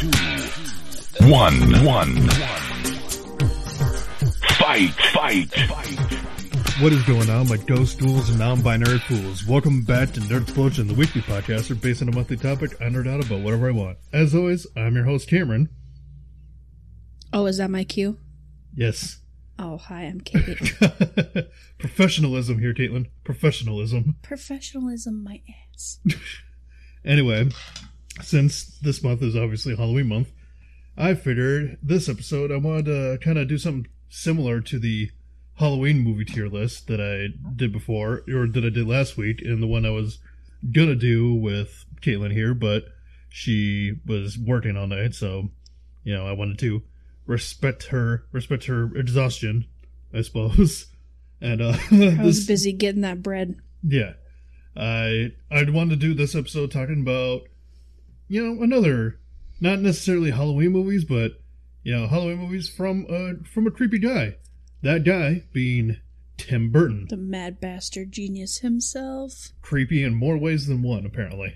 two, one, one. Fight, fight, fight. What is going on, my ghost duels and non-binary fools? Welcome back to Nerd Explosion, the weekly podcast where based on a monthly topic, I nerd out about whatever I want. As always, I'm your host, Cameron. Oh, is that my cue? Yes. Oh, hi, I'm Katie. Professionalism here, Caitlin. Professionalism. Professionalism, my ass. Anyway, since this month is obviously Halloween month, I figured this episode I wanted to kind of do something similar to the Halloween movie tier list that I did before, or that I did last week, and the one I was gonna do with Caitlin here, but she was working all night, so you know I wanted to respect her, respect her exhaustion, I suppose. And uh, I was busy getting that bread. yeah. I I'd want to do this episode talking about you know another not necessarily Halloween movies, but you know Halloween movies from a from a creepy guy. That guy being Tim Burton, The mad bastard genius himself. creepy in more ways than one apparently.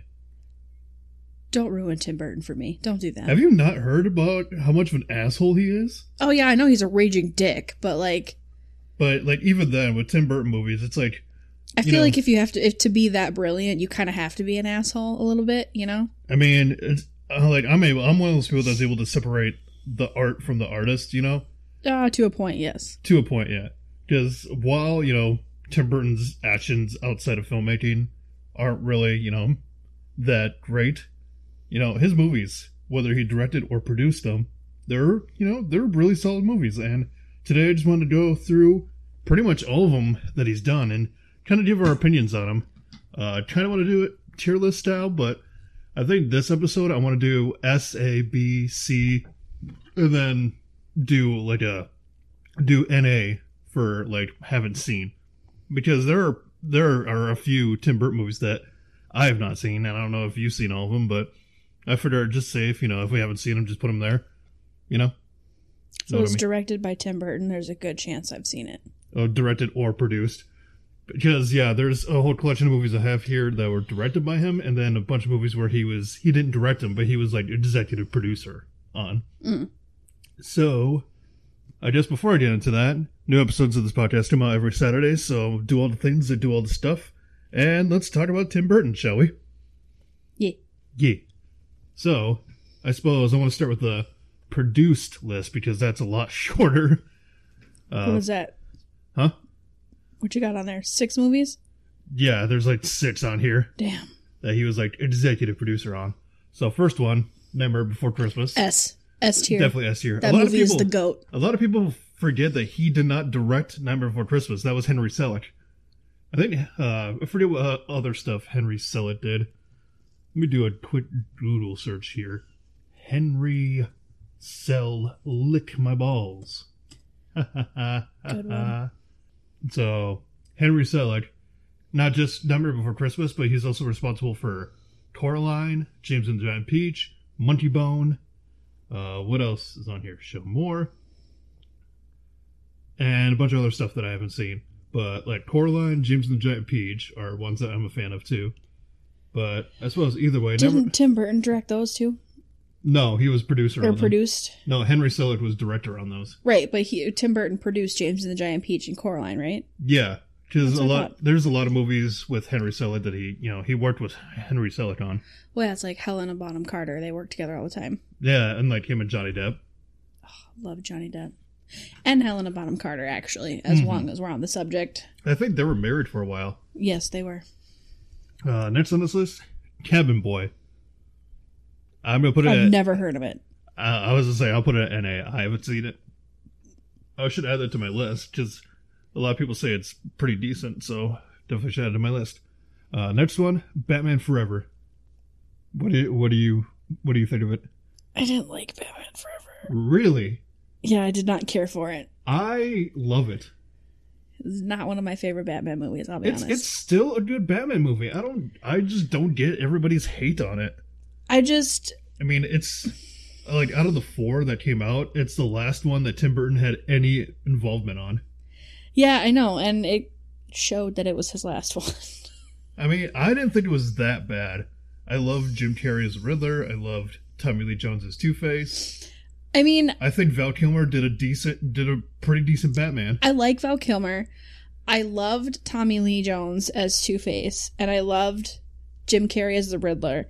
Don't ruin Tim Burton for me. Don't do that. Have you not heard about how much of an asshole he is? oh, yeah, I know he's a raging dick, but like, But like even then with Tim Burton movies, it's like I You feel know- like if you have to, if to be that brilliant, you kind of have to be an asshole a little bit, you know? I mean, it's uh, like I'm able I'm one of those people that's able to separate the art from the artist, you know? Ah, to a point, yes. to a point yeah because while you know tim burton's actions outside of filmmaking aren't really you know that great you know his movies whether he directed or produced them they're you know they're really solid movies and today i just wanted to go through pretty much all of them that he's done and kind of give our opinions on them uh kind of want to do it tier list style but i think this episode i want to do s a b c and then do like a do NA for like haven't seen because there are there are a few Tim Burton movies that I have not seen, and I don't know if you've seen all of them, but I figured just safe, you know, if we haven't seen them, just put them there, you know. If Know what it I was mean? directed by Tim Burton, there's a good chance I've seen it. uh, directed or produced. Because yeah, there's a whole collection of movies I have here that were directed by him, and then a bunch of movies where he was he didn't direct them, but he was like executive producer on. Mm. So, I guess before I get into that, new episodes of this podcast come out every Saturday, so do all the things that do all the stuff, and let's talk about Tim Burton, shall we? Yeah. Yeah. So, I suppose I want to start with the produced list because that's a lot shorter. Uh, what was that? huh? What you got on there? Six movies? Yeah, there's like six on here Damn. that he was like executive producer on. So first one, Nightmare Before Christmas, S. S tier. definitely S tier. A That lot of movie people, is the goat. a lot of people forget that he did not direct Nightmare Before Christmas. That was Henry Selick. I think uh, I forget what uh, other stuff Henry Selick did. Let me do a quick Google search here. Henry Sell lick my balls. Good one. So Henry Selick, not just Nightmare Before Christmas, but he's also responsible for Coraline, James and the Giant Peach, Monkey Bone. Uh, what else is on here? Show more, and a bunch of other stuff that I haven't seen. But like Coraline, James and the Giant Peach are ones that I'm a fan of too. But I suppose either way, Didn't never, Tim Burton direct those two? no, he was producer. Or on them. produced? No, Henry Selick was director on those. Right, but he, Tim Burton produced James and the Giant Peach and Coraline, right? Yeah, because That's a what I lot there's a lot of movies with Henry Selick that he you know he worked with Henry Selick on. Well, it's like Helena Bonham Carter. They work together all the time. Yeah, and like him and Johnny Depp. Love Johnny Depp. And Helena Bonham Carter, actually, as Mhm. long as we're on the subject. I think they were married for a while. Yes, they were. Uh, next on this list, Cabin Boy. I'm gonna put it. I've at, never heard of it. I I was gonna say I'll put it at NA. I haven't seen it. I should add that to my list because a lot of people say it's pretty decent, so definitely should add it to my list. Uh, next one, Batman Forever. What do you, what do you what do you think of it? I didn't like Batman Forever. Really, Yeah, I did not care for it. I love it. It's not one of my favorite Batman movies, I'll be It's honest. it's still a good Batman movie. I don't I just don't get everybody's hate on it. I just. I mean, it's like out of the four that came out, it's the last one that Tim Burton had any involvement on. Yeah, I know. And it showed that it was his last one. I mean, I didn't think it was that bad. I love Jim Carrey's Riddler. I loved Tommy Lee Jones's Two Face. I mean, I think Val Kilmer did a decent, did a pretty decent Batman. I like Val Kilmer. I loved Tommy Lee Jones as Two Face, and I loved Jim Carrey as the Riddler.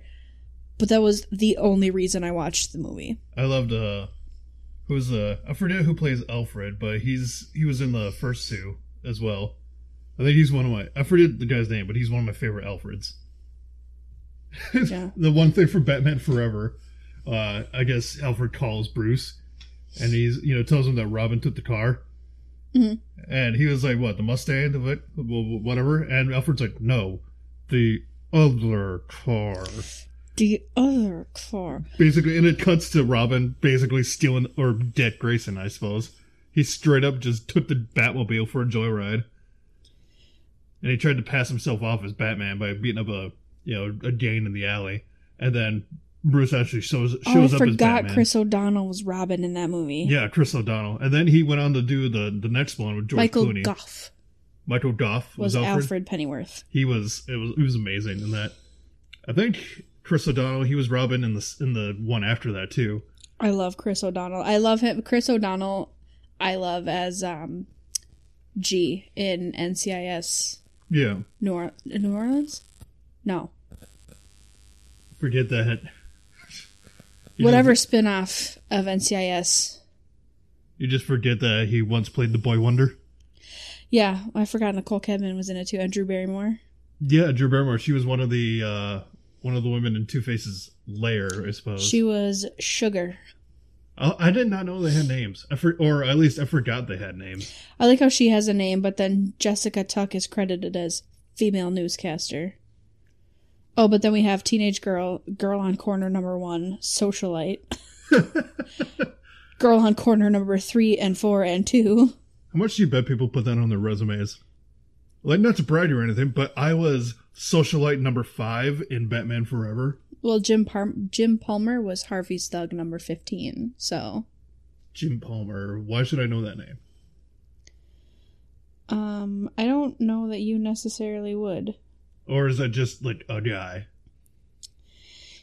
But that was the only reason I watched the movie. I loved uh, who's uh, I forget who plays Alfred, but he's he was in the first two as well. I think he's one of my I forget the guy's name, but he's one of my favorite Alfreds. Yeah. the one thing from Batman Forever, uh, I guess Alfred calls Bruce, and he's you know tells him that Robin took the car, Mhm. and he was like, "What the Mustang, the what, wh- wh- whatever?" And Alfred's like, "No, the other car." The other car. Basically, and it cuts to Robin basically stealing or Dick Grayson, I suppose. He straight up just took the Batmobile for a joyride, and he tried to pass himself off as Batman by beating up a you know a gang in the alley, and then Bruce actually shows Oh, I shows up as forgot Batman. Chris O'Donnell was Robin in that movie. yeah, Chris O'Donnell, and then he went on to do the the next one with George Michael Clooney. Goff Michael Goff was, was Alfred. Alfred. Pennyworth. He was it was he was amazing in that. I think Chris O'Donnell he was Robin in the s- in the one after that too. I love Chris O'Donnell. I love him. Chris O'Donnell, I love as um, G in NCIS Yeah. New, or- New Orleans. No, Forget that. You whatever Just, spin off of NCIS. you just forget that he once played the Boy Wonder. Yeah, I forgot Nicole Kidman was in it too, and Drew Barrymore. Yeah, Drew Barrymore. She was one of the uh, one of the women in Two Face's lair, I suppose. She was Sugar. I, I did not know they had names. I for, or at least I forgot they had names. I like how she has a name, but then Jessica Tuck is credited as female newscaster. Oh, but then we have teenage girl, girl on corner number one, socialite, girl on corner number three and four and two. How much do you bet people put that on their resumes? Like, not to brag or anything, but I was socialite number five in Batman Forever. Well, Jim Par- Jim Palmer was Harvey's thug number fifteen. So, Jim Palmer. Why should I know that name? um, I don't know that you necessarily would. Or is that just like a guy?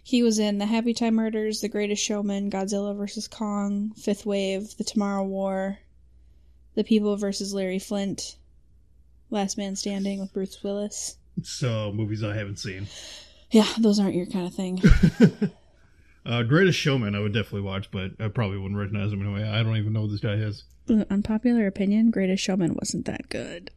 He was in The Happy Time Murders, The Greatest Showman, Godzilla vs. Kong, Fifth Wave, The Tomorrow War, The People vs. Larry Flint, Last Man Standing with Bruce Willis. So movies I haven't seen. Yeah, those aren't your kind of thing. Uh, Greatest Showman, I would definitely watch, but I probably wouldn't recognize him anyway. I don't even know who this guy is. Uh, Unpopular opinion Greatest Showman wasn't that good.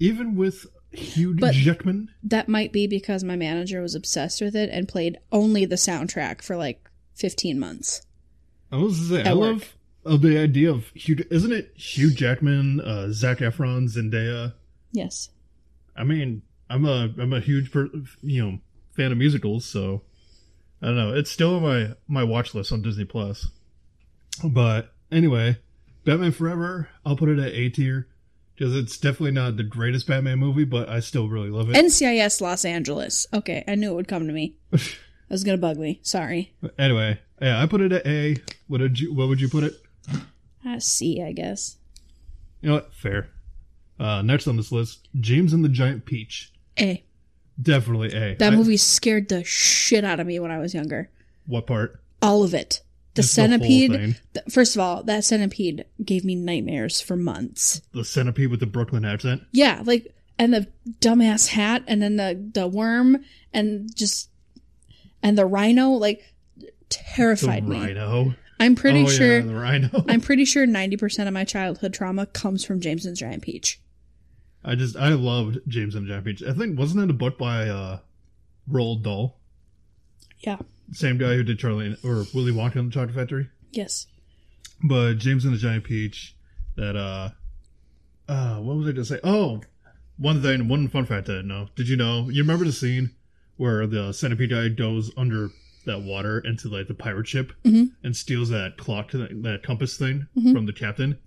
Even with Hugh But- Jackman, That might be because my manager was obsessed with it and played only the soundtrack for like 15 months. I was gonna say, I At love uh, the idea of Hugh. Isn't it Hugh Jackman, uh, Zach Efron, Zendaya? Yes. I mean, I'm a I'm a huge per, you know fan of musicals, so I don't know. It's still on my my watch list on Disney Plus. But anyway, Batman Forever, I'll put it at A tier because it's definitely not the greatest Batman movie, but I still really love it. NCIS Los Angeles. Okay, I knew it would come to me. That was going to bug me. Sorry. anyway, yeah, I put it at A. What did you What would you put it? Uh, C, I guess. You know what? Fair. Uh, next on this list, James and the Giant Peach. A. Definitely A. That I- movie scared the shit out of me when I was younger. What part? All of it. The Just whole centipede. thing. th- first of all, that centipede gave me nightmares for months. The centipede with the Brooklyn accent. Yeah, like and the dumbass hat, and then the the worm, and just and the rhino, like The terrified me. rhino. I'm pretty Oh, yeah, sure. the rhino. I'm pretty sure 90% of my childhood trauma comes from James and the Giant Peach. I just I loved James and the Giant Peach. I think wasn't it a book by uh Roald Dahl? Yeah. Same guy who did Charlie and- or Willy Wonka and the Chocolate Factory. Yes. But James and the Giant Peach that uh uh what was I gonna say? Oh one thing one fun fact I didn't know. Did you know you remember the scene where the centipede guy goes under that water into like the pirate ship Mhm. and steals that clock that, that compass thing Mhm. from the captain?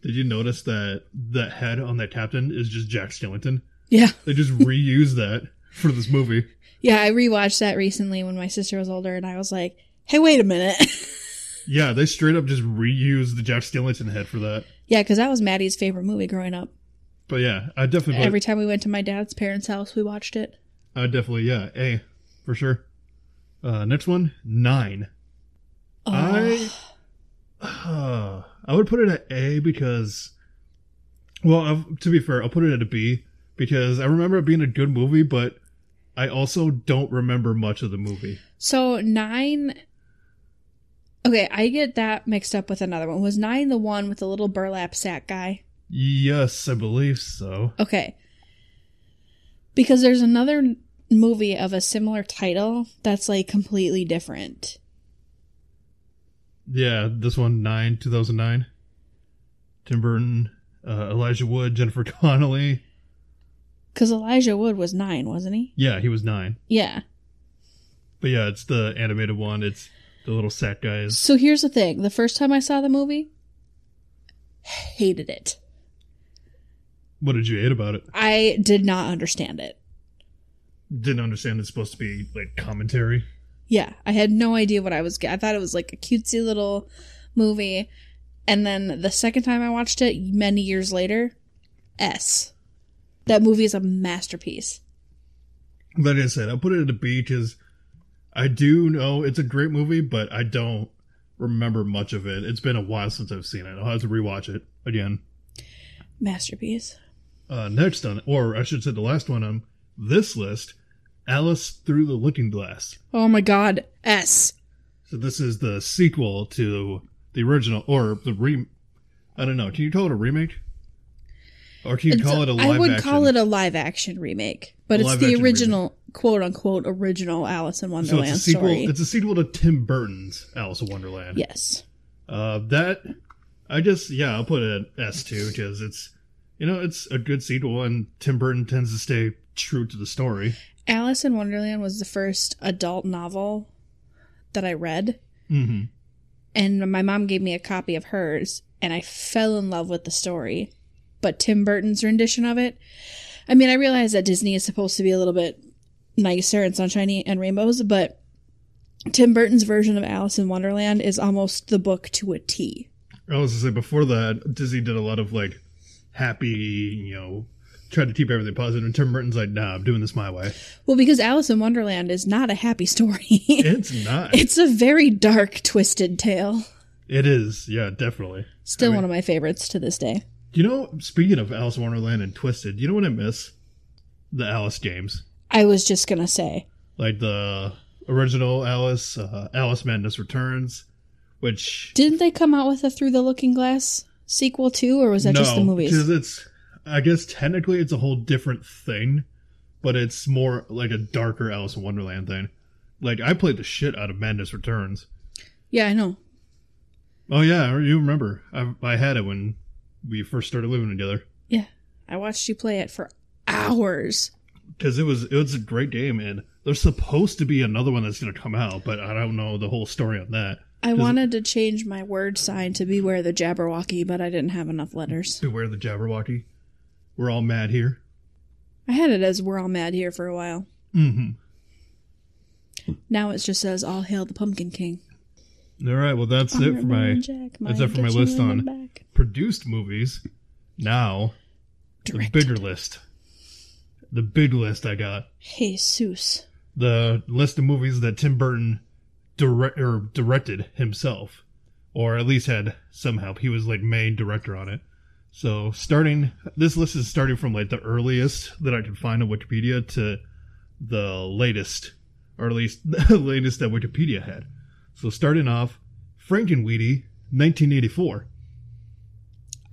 Did you notice that that head on that captain is just Jack Skellington? Yeah. They just reused that for this movie. Yeah, I rewatched that recently when my sister was older, and I was like, hey, wait a minute. Yeah, they straight up just reused the Jack Skellington head for that. Yeah, because that was Maddie's favorite movie growing up. But yeah, I definitely, Uh, Every time we went to my dad's parents' house, we watched it. I definitely, yeah, a for sure. Uh, next one, nine. I- Ugh. Uh, I would put it at A because, well, I've, to be fair, I'll put it at a B because I remember it being a good movie, but I also don't remember much of the movie. So nine. Okay, I get that mixed up with another one. Was nine the one with the little burlap sack guy? Yes, I believe so. Okay. Because there's another n- movie of a similar title that's like completely different. Yeah, this one, 9, 2009. Tim Burton, uh, Elijah Wood, Jennifer Connelly. Because Elijah Wood was nine, wasn't he? Yeah, he was 9. Yeah. But yeah, it's the animated one. It's the little sack guys. So here's the thing the first time I saw the movie, hated it. What did you hate about it? I did not understand it. Didn't understand it's supposed to be like commentary. Yeah, I had no idea what I was. I thought it was like a cutesy little movie, and then the second time I watched it, many years later, S. That movie is a masterpiece. Like I said, I put it at a B because I do know it's a great movie, but I don't remember much of it. It's been a while since I've seen it. I'll have to rewatch it again. Masterpiece. Uh, next on, or I should say the last one on this list, Alice Through the Looking Glass. Oh my god, S. So this is the sequel to the original, or the re. I don't know. Can you call it a remake? Or can you It's call a- it a live I would action? call it a live action remake, but A it's live the action original, quote unquote, original Alice in so Wonderland it's a sequel. story. It's a sequel to Tim Burton's Alice in Wonderland. yes. Uh, that I just yeah, I'll put it at S two because it's you know it's a good sequel and Tim Burton tends to stay true to the story. Alice in Wonderland was the first adult novel that I read. Mm-hmm. and my mom gave me a copy of hers and i fell in love with the story but tim burton's rendition of it i mean i realize that disney is supposed to be a little bit nicer and sunshiny and rainbows but tim burton's version of alice in wonderland is almost the book to a t I was gonna say before that Disney did a lot of like happy you know tried to keep everything positive and Tim Burton's like nah I'm doing this my way. well because alice in wonderland is not a happy story It's not. it's a very dark twisted tale it is yeah definitely. I still mean- one of my favorites to this day You know speaking of Alice in Wonderland and Twisted, you know what I miss? The Alice games. i was just gonna say like the original Alice, uh, Alice Madness Returns, which didn't they come out with a through the looking glass sequel too or was that just the movies because it's I guess technically it's a whole different thing, but it's more like a darker Alice in Wonderland thing. Like I played the shit out of Madness Returns. yeah i know Oh yeah, you remember? I I had it when we first started living together I watched you play it for hours. because it was it was a great game and there's supposed to be another one that's gonna come out, but I don't know the whole story on that. I Does- wanted to change my word sign to beware the Jabberwocky, but I didn't have enough letters. Beware the Jabberwocky. We're all mad here. I had it as we're all mad here for a while. Mm-hmm. Now it just says all hail the Pumpkin King. All right, well that's it for my Honorable Jack that's might it for my get you list in on- the back. produced movies. Now the Directed. bigger list, the big list I got Jesus. the list of movies that Tim Burton direct or directed himself, or at least had some help. He was like main director on it. So starting this list is starting from like the earliest that I could find on Wikipedia to the latest, or at least the latest that Wikipedia had. So starting off, Frankenweenie, 1984.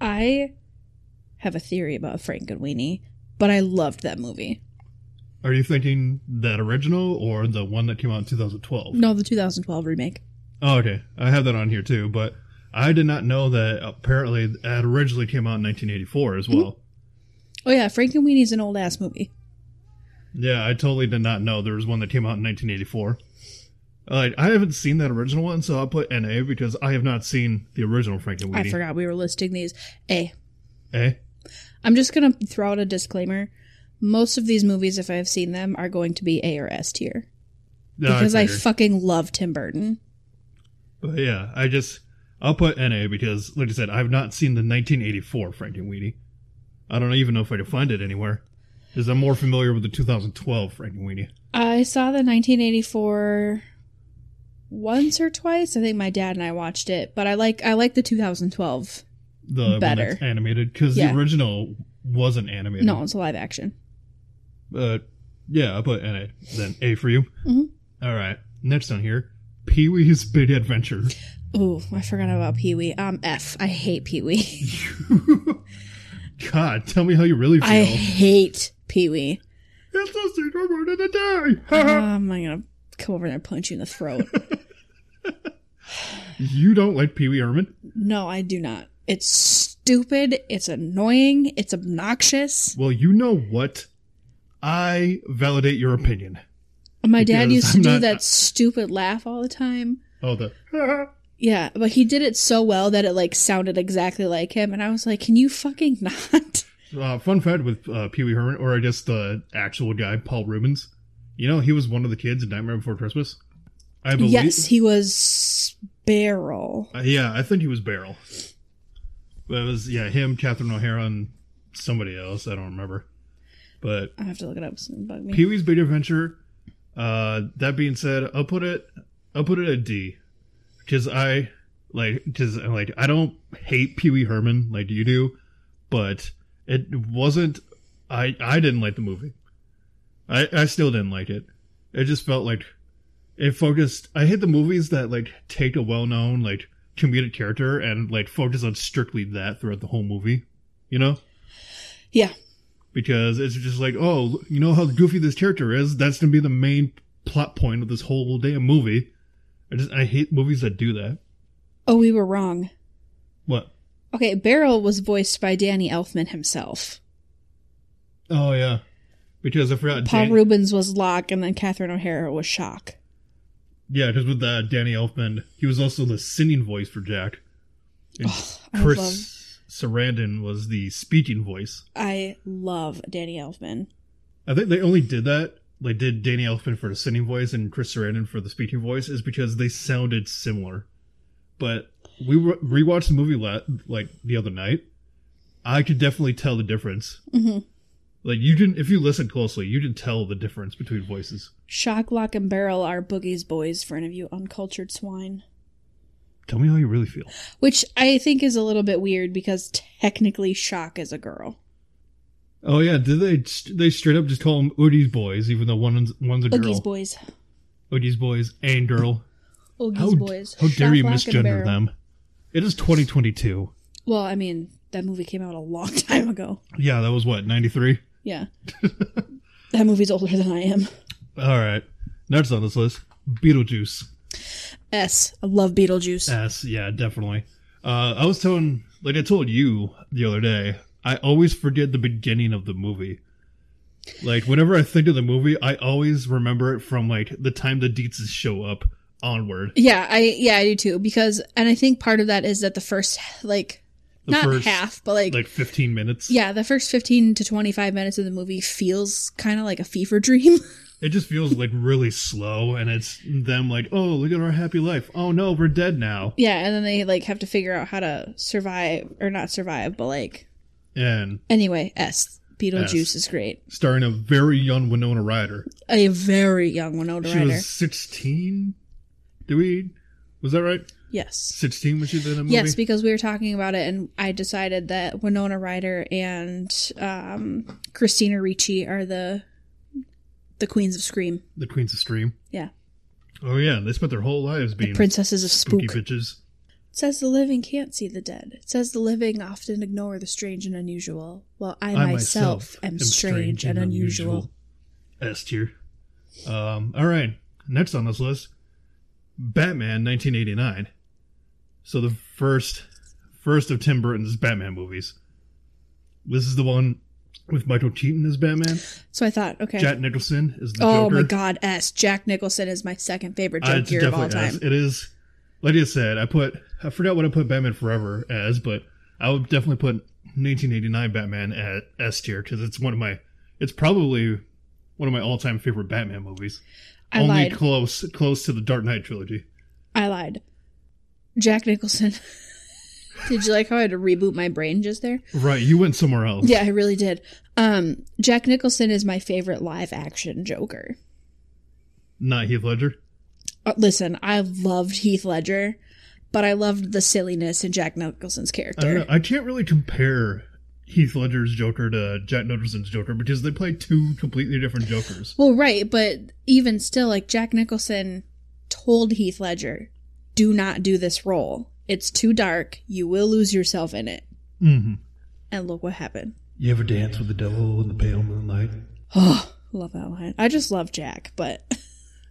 I have a theory about Frank and Weenie, but I loved that movie. Are you thinking that original or the one that came out in 2012? No, the 2012 remake. Oh, okay. I have that on here too, but I did not know that apparently that originally came out in 1984 as well. Oh yeah, Frank and Weenie's an old ass movie. Mm-hmm. Yeah, I totally did not know there was one that came out in 1984. Like, I haven't seen that original one, so I'll put NA because I have not seen the original Frankenweenie. I forgot we were listing these. A. Eh? I'm just gonna throw out a disclaimer. Most of these movies, if I've seen them, are going to be A or S tier No, because I, figured. fucking love Tim Burton. But yeah, I just I'll put NA because, like I said, I've not seen the 1984 Frankenweenie. I don't even know if I can find it anywhere because I'm more familiar with the 2012 Frankenweenie. I saw the 1984 once or twice. I think my dad and I watched it, but I like I like the 2012. The one Better. that's animated because Yeah. the original wasn't animated. No, it's a live action. But yeah, I put NA then A for you. Mhm. All right. Next on here, Pee Wee's Big Adventure. Ooh, I forgot about Pee Wee. Um, F. I hate Pee Wee. God, tell me how you really feel. I hate Pee Wee. It's the secret word of the day. um, I'm gonna come over there and punch you in the throat. you don't like Pee Wee Herman? no, I do not. It's stupid. It's annoying. It's obnoxious. Well, you know what? I validate your opinion. My dad Because used to I'm do not- that stupid laugh all the time. Oh, the Yeah, but he did it so well that it like sounded exactly like him, and I was like, "Can you fucking not?" uh, fun fact with uh, Pee Wee Herman, or I guess the actual guy, Paul Rubens. You know, he was one of the kids in Nightmare Before Christmas. I believe. Yes, he was Barrel. Uh, yeah, I think he was Beryl. But it was yeah, him, Catherine O'Hara, and somebody else. I don't remember. But I have to look it up. It's gonna bug me. Pee Wee's Big Adventure. Uh, that being said, I'll put it. I'll put it at D, because I like because like I don't hate Pee Wee Herman like you do, but it wasn't. I I didn't like the movie. I I still didn't like it. It just felt like it focused. I hate the movies that like take a well known like comedic character and like focus on strictly that throughout the whole movie. You know yeah, because it's just like, oh, you know how goofy this character is. That's gonna be the main plot point of this whole damn movie. I just I hate movies that do that. Oh, we were wrong. What? Okay, Beryl was voiced by Danny Elfman himself. Oh yeah, because I forgot. Paul Dan- Rubens was Locke, and then Catherine O'Hara was Shock. yeah, because with uh, Danny Elfman, he was also the singing voice for Jack. And I Chris love, Sarandon was the speaking voice. I love Danny Elfman. I think they only did that. They did Danny Elfman for the singing voice and Chris Sarandon for the speaking voice is because they sounded similar. But we re- rewatched the movie la- like the other night. I could definitely tell the difference. hmm Like you didn't, if you listen closely, you didn't tell the difference between voices. Shock, Lock, and Beryl are Boogie's boys for any of you uncultured swine. Tell me how you really feel. Which I think is a little bit weird because technically Shock is a girl. Oh yeah, did they? They straight up just call them Oodie's boys, even though one's one's a girl. Boogie's boys. Oodie's boys and girl. Boogie's How, boys. how dare Shock, you Lock, and misgender Beryl. them? It is 2022. Well, I mean, that movie came out a long time ago. Yeah, that was what 93. Yeah. that movie's older than I am. All right. Next on this list, Beetlejuice. S. I love Beetlejuice. Yes, yeah, definitely. Uh, I was telling, like I told you the other day, I always forget the beginning of the movie. Like whenever I think of the movie, I always remember it from like the time the Deetses show up onward. Yeah, I yeah, I do too because and I think part of that is that the first like The not first, half, but like, Like 15 minutes. yeah, the first 15 to 25 minutes of the movie feels kind of like a fever dream. It just feels like really slow, and it's them like, oh, look at our happy life. Oh no, we're dead now. yeah, and then they like have to figure out how to survive or not survive, but like And anyway, S Beetlejuice S. is great. starring a very young Winona Ryder. A very young Winona She Ryder. was 16. Do we? Was that right? yes. 16 when she did a movie. Yes, because we were talking about it and I decided that Winona Ryder and um, Christina Ricci are the the queens of scream. the Queens of Stream. Yeah. Oh yeah, they spent their whole lives The being princesses of spooky spook. bitches. It says the living can't see the dead. It says the living often ignore the strange and unusual, while I, myself, am strange, and unusual. unusual. S tier. Um. All right. Next on this list, Batman 1989. So the first, first of Tim Burton's Batman movies. This is the one with Michael Keaton as Batman. So I thought, okay. Jack Nicholson is the oh Joker. my god, S. Jack Nicholson is my second favorite Uh, Joker of all definitely time. As. It is, like I said, I put, I forgot what I put Batman Forever as, but I would definitely put 1989 Batman at S tier because it's one of my, it's probably one of my all time favorite Batman movies. I Only lied. close, close to the Dark Knight trilogy. I lied. Jack Nicholson. Did you like how I had to reboot my brain just there? Right, you went somewhere else. Yeah, I really did. Um, Jack Nicholson is my favorite live action Joker. Not Heath Ledger. uh, listen, I loved Heath Ledger, but I loved the silliness in Jack Nicholson's I don't know. character. I can't really compare Heath Ledger's Joker to Jack Nicholson's Joker because they play two completely different Jokers. Well, right, but even still, like Jack Nicholson told Heath Ledger, do not do this role. It's too dark. You will lose yourself in it. Mm-hmm. And look what happened. You ever dance with the devil in the pale moonlight? Oh, love that line. I just love Jack, but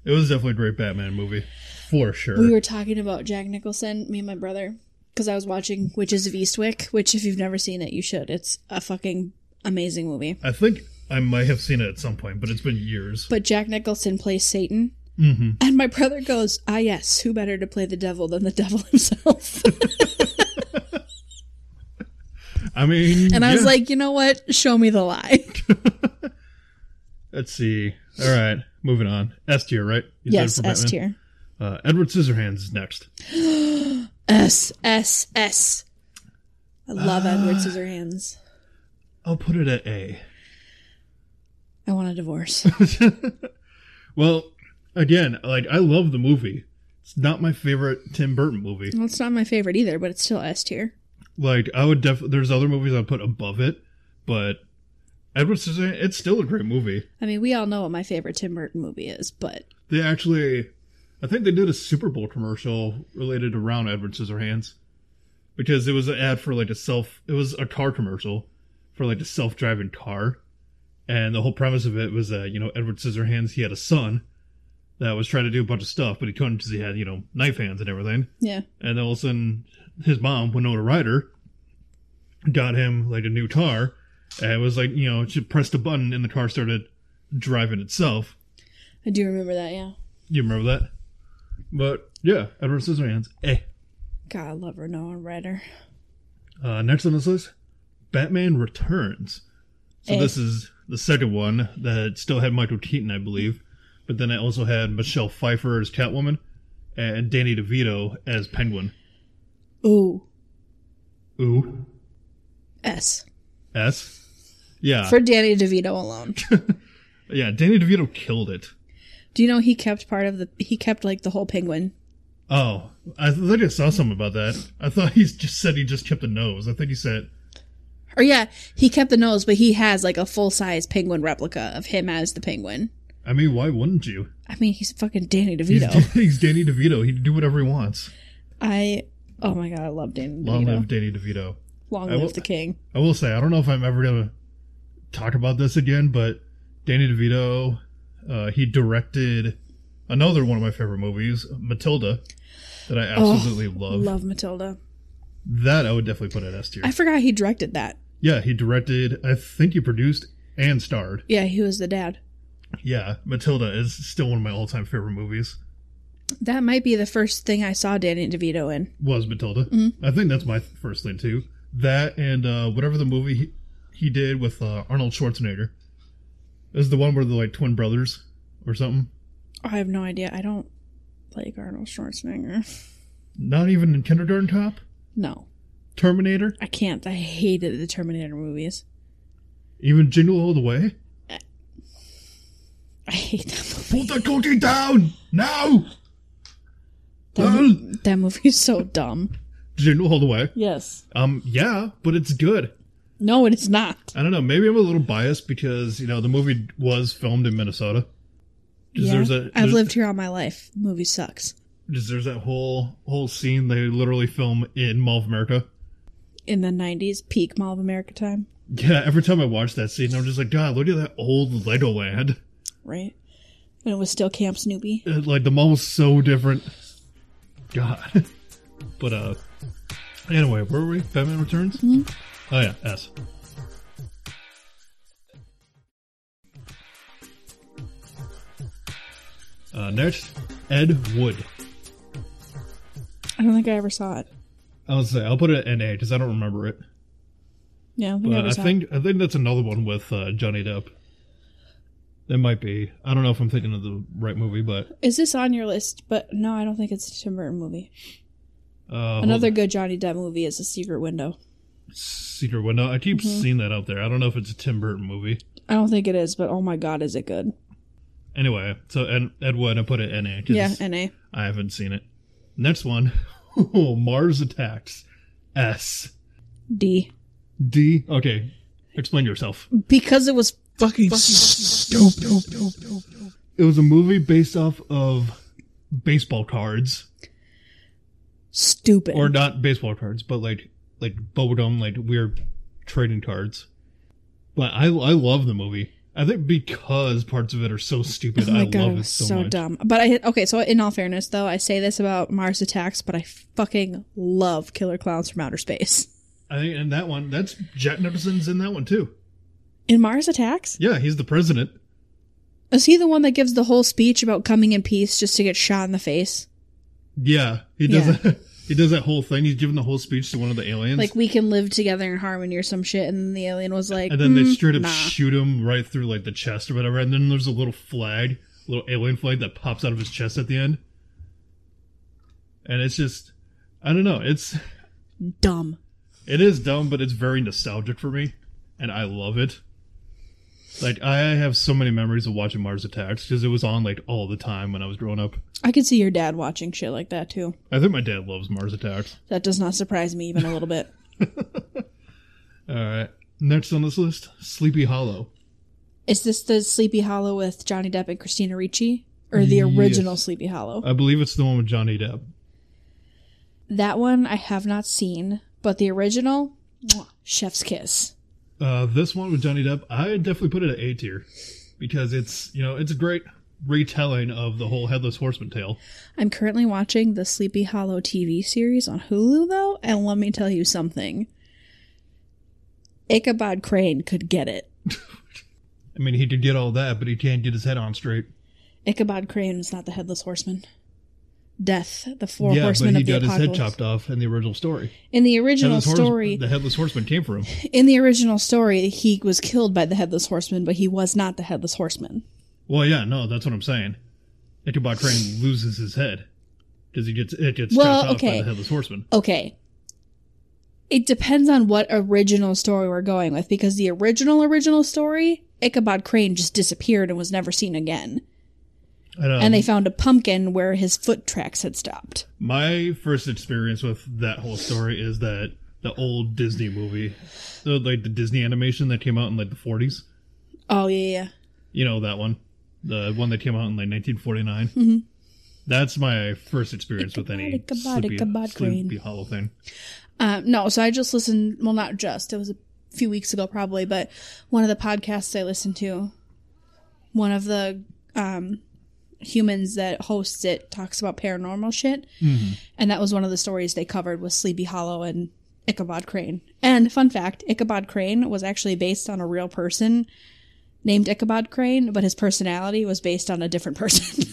It was definitely a great Batman movie, for sure. we were talking about Jack Nicholson, me and my brother, because I was watching Witches of Eastwick, which, if you've never seen it, you should. It's a fucking amazing movie. I think I might have seen it at some point, but it's been years. But Jack Nicholson plays Satan. Mm-hmm. And my brother goes, Ah, yes, who better to play the devil than the devil himself? I mean, and I was yeah. like, You know what? Show me the lie. let's see. All right, moving on. S tier, right? You said yes, for S Batman. tier. Uh, Edward Scissorhands is next. S, S, S. I love Ah. Edward Scissorhands. I'll put it at A. I want a divorce. well, again, like I love the movie. It's not my favorite Tim Burton movie. well, it's not my favorite either, but it's still S tier. Like I would def there's other movies I would put above it, but Edward Scissorhands it's still a great movie. I mean, we all know what my favorite Tim Burton movie is, but They actually I think they did a Super Bowl commercial related around Edward Scissorhands because it was an ad for like a self it was a car commercial for like a self-driving car. And the whole premise of it was that, you know, Edward Scissorhands, he had a son that was trying to do a bunch of stuff, but he couldn't because he had, you know, knife hands and everything. yeah. And all of a sudden, his mom, Winona Ryder, got him like a new car. And it was like, you know, she pressed a button and the car started driving itself. I do remember that, yeah. You remember that? But yeah, Edward Scissorhands. Eh. God, I love Renona Ryder. Uh, next on this list, Batman Returns. So Eh. this is the second one that still had Michael Keaton, I believe. But then it also had Michelle Pfeiffer as Catwoman and Danny DeVito as Penguin. Ooh, Ooh. S. S. Yeah. For Danny DeVito alone. yeah, Danny DeVito killed it. do you know he kept part of the, he kept like the whole penguin? Oh, I think I saw something about that. I thought he just said he just kept a nose. I think he said, Or yeah, he kept the nose, but he has like a full size penguin replica of him as the penguin. I mean, why wouldn't you? I mean, he's fucking Danny He's, DeVito. he's Danny DeVito. He can do whatever he wants. I, oh my God, I love Danny DeVito. Long live Danny DeVito. Long I live will- the king. I will say, I don't know if I'm ever going to talk about this again, but Danny DeVito, uh, he directed another one of my favorite movies, Matilda, that I absolutely love. Oh, Love Matilda. That I would definitely put at S tier. I forgot he directed that. yeah, he directed, I think he produced and starred. Yeah, he was the dad. Yeah, Matilda is still one of my all time favorite movies. That might be the first thing I saw Danny DeVito in. was Matilda. I think that's my first thing too. That and uh, whatever the movie he, he did with uh, Arnold Schwarzenegger is the one where they're like twin brothers or something. I have no idea. I don't like Arnold Schwarzenegger. Not even in Kindergarten Cop, No, Terminator, I can't. I hated the Terminator movies. even Jingle All the Way. I hate that movie. Put the cookie down now. That, mo- that movie is so dumb. Jingle All the Way. Yes. Um, yeah, but it's good. No, it is not. I don't know. Maybe I'm a little biased because you know the movie was filmed in Minnesota. 'Cause Yeah. there's a- I've there's- lived here all my life. Movie sucks. Just there's that whole whole scene they literally film in Mall of America. In the '90s, peak Mall of America time, Yeah, every time I watch that scene, I'm just like, God, look at that old Legoland. right? And it was still Camp Snoopy. Uh, Like the mall was so different. God. But uh, anyway, where were we? Batman Returns. Oh yeah, S. Uh, next, Ed Wood. I don't think I ever saw it. I'll say I'll put it at NA because I don't remember it. Yeah, I don't think I But ever I saw think I think that's another one with uh, Johnny Depp. That might be. I don't know if I'm thinking of the right movie, but it. Is this on your list? But no, I don't think it's a Tim Burton movie. uh, hold Another on. good Johnny Depp movie is The Secret Window. Secret Window. I keep Mm-hmm. seeing that out there. I don't know if it's a Tim Burton movie. I don't think it is, but oh my god, is it good? Anyway, so Ed, Ed Wood, I put it NA. 'cause Yeah, NA. I haven't seen it. Next one oh, Mars Attacks. S. D. D. Okay. Explain yourself. Because it was Fucking, stupid. It was a movie based off of baseball cards. stupid. Or not baseball cards, but like like bodum, like weird trading cards. But I I love the movie. I think because parts of it are so stupid, Oh my I god, love it it was so, so, much. dumb. But I okay. So in all fairness, though, I say this about Mars Attacks, but I fucking love Killer Clowns from Outer Space. I think and that one, that's Jack Nicholson's in that one too. In Mars Attacks, Yeah, he's the president. is he the one that gives the whole speech about coming in peace just to get shot in the face? Yeah, he does. Yeah. That, he does that whole thing. He's giving the whole speech to one of the aliens, Like we can live together in harmony or some shit, and then the alien was like, and then they "Mm, straight up nah." shoot him right through like the chest or whatever. And then there's a little flag, little alien flag that pops out of his chest at the end. And it's just, I don't know. It's dumb. it is dumb, but it's very nostalgic for me, and I love it. Like I have so many memories of watching Mars Attacks because it was on like all the time when I was growing up. I could see your dad watching shit like that too. I think my dad loves Mars Attacks. That does not surprise me even a little bit. All right, next on this list, Sleepy Hollow. Is this the Sleepy Hollow with Johnny Depp and Christina Ricci, or the Yes. original Sleepy Hollow? I believe it's the one with Johnny Depp. That one I have not seen, but the original, mwah, Chef's Kiss. Uh, this one with Johnny Depp, I definitely put it at A tier because it's you know it's a great retelling of the whole headless horseman tale. I'm currently watching the Sleepy Hollow TV series on Hulu, though, and let me tell you something. Ichabod Crane could get it. I mean, he could get all that, but he can't get his head on straight. Ichabod Crane is not the headless horseman. Death, the four yeah, horsemen but he of the got his apocalypse. head chopped off in the original story. In the original Headless horse- story, the headless horseman came from him. in the original story, he was killed by the headless horseman, but he was not the headless horseman. Well, yeah, no, that's what I'm saying. Ichabod Crane loses his head because he gets it gets Well, chopped off by okay. the headless horseman. okay. It depends on what original story we're going with because the original original story, Ichabod Crane just disappeared and was never seen again. And, um, and they found a pumpkin where his foot tracks had stopped. My first experience with that whole story is that the old Disney movie, the, like the Disney animation that came out in like the 40s. Oh yeah, yeah. You know that one, the one that came out in like 1949. That's my first experience with any Ichabod, Sleepy, Ichabod Crane. Sleepy Hollow thing. Um, no, so I just listened. Well, not just. It was a few weeks ago, probably, but one of the podcasts I listened to, one of the um, humans that hosts it talks about paranormal shit, and that was one of the stories they covered was Sleepy Hollow and Ichabod Crane. And fun fact, Ichabod Crane was actually based on a real person named Ichabod Crane, but his personality was based on a different person.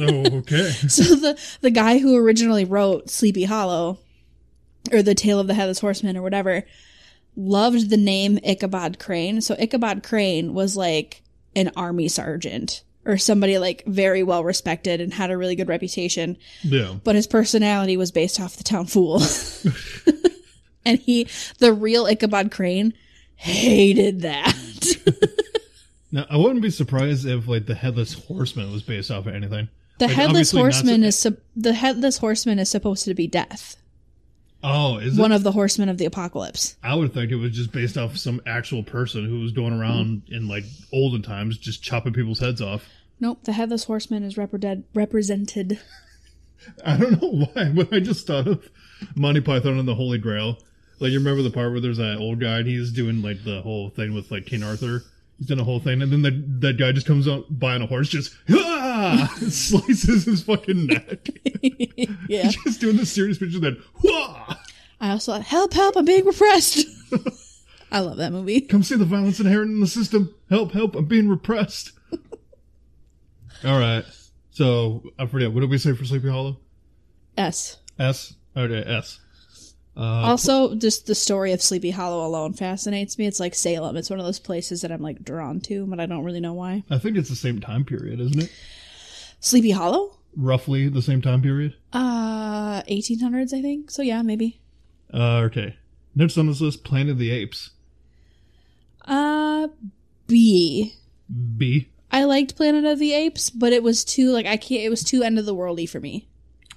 Oh, okay. So the the guy who originally wrote Sleepy Hollow, or the Tale of the Headless Horseman, or whatever, loved the name Ichabod Crane. So Ichabod Crane was like an army sergeant or somebody like very well respected and had a really good reputation. yeah. But his personality was based off the town fool, and he, the real Ichabod Crane, hated that. Now I wouldn't be surprised if like the Headless Horseman was based off of anything. The Like, headless obviously not- horseman is sup- the headless horseman is supposed to be death. Oh, is One it? of the horsemen of the apocalypse. I would think it was just based off some actual person who was going around in like olden times, just chopping people's heads off. Nope, the headless horseman is repre- represented. I don't know why, but I just thought of Monty Python and the Holy Grail. Like you remember the part where there's that old guy and he's doing like the whole thing with like King Arthur. He's done a whole thing, and then the, that guy just comes out by on a horse, just "Hua!" and slices his fucking neck. yeah. just doing the serious picture that "Hua!" I also help, help! I'm being repressed. I love that movie. Come see the violence inherent in the system. Help, help, I'm being repressed. All right. So I forget. What did we say for Sleepy Hollow? S. S? Okay, S. Uh, Also, just the story of Sleepy Hollow alone fascinates me. It's like Salem. It's one of those places that I'm like drawn to, but I don't really know why. I think it's the same time period, isn't it? Sleepy Hollow? Roughly the same time period. Uh, 1800s, I think. So yeah, maybe. Uh, okay. Next on this list, Planet of the Apes. Uh, B. B. I liked Planet of the Apes, but it was too like I can't. It was too end of the worldy for me.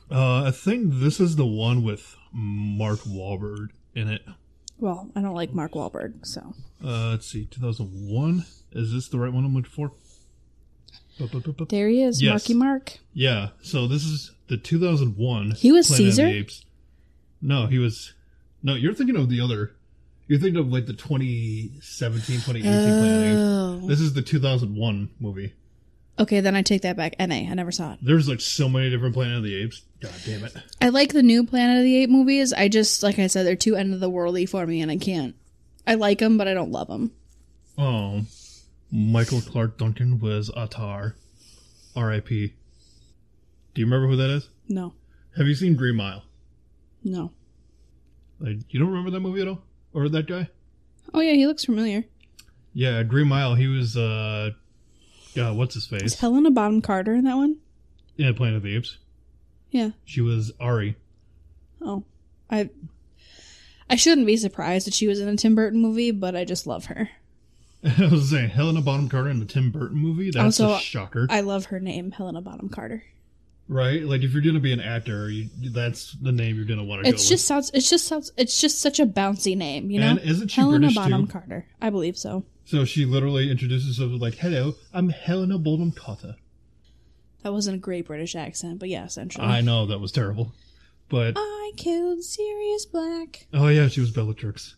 Uh, I think this is the one with Mark Wahlberg in it. Well, I don't like Mark Wahlberg, so Uh, let's see, 2001. Is this the right one I'm looking for? Ba-ba-ba-ba. there he is, Yes. Marky Mark. Yeah, so this is the 2001. He was Planet of the Caesar? Apes. No, he was. No, you're thinking of the other. You're thinking of like the 2017, 2018 Planet of the Apes. Oh. This is the 2001 movie. Okay, then I take that back. Na, I never saw it. There's like so many different Planet of the Apes. God damn it. I like the new Planet of the Apes movies. I just, like I said, they're too end of the worldy for me, and I can't. I like them, but I don't love them. Oh, Michael Clark Duncan was Atar. R.I.P. Do you remember who that is? No, Have you seen Green Mile? no. Like, you don't remember that movie at all, or that guy? Oh yeah, he looks familiar. Yeah, Green Mile. He was uh, God, what's his Is face? Helena Bonham Carter in that one? Yeah, Planet of the Apes. Yeah. She was Ari. Oh, I. I shouldn't be surprised that she was in a Tim Burton movie, but I just love her. I was saying Helena Bonham Carter in the Tim Burton movie. That's a Also, shocker, I love her name, Helena Bonham Carter. right? Like, if you're gonna be an actor, you, that's the name you're gonna want to go It's just sounds. It's just sounds. It's just such a bouncy name, you with. know. and isn't she Helena British Bonham too? Carter. I believe so. So she literally introduces herself like, "Hello, I'm Helena Bonham Carter." That wasn't a great British accent, but yeah, essentially. I know that was terrible, but I killed Sirius Black. oh yeah, she was Bellatrix.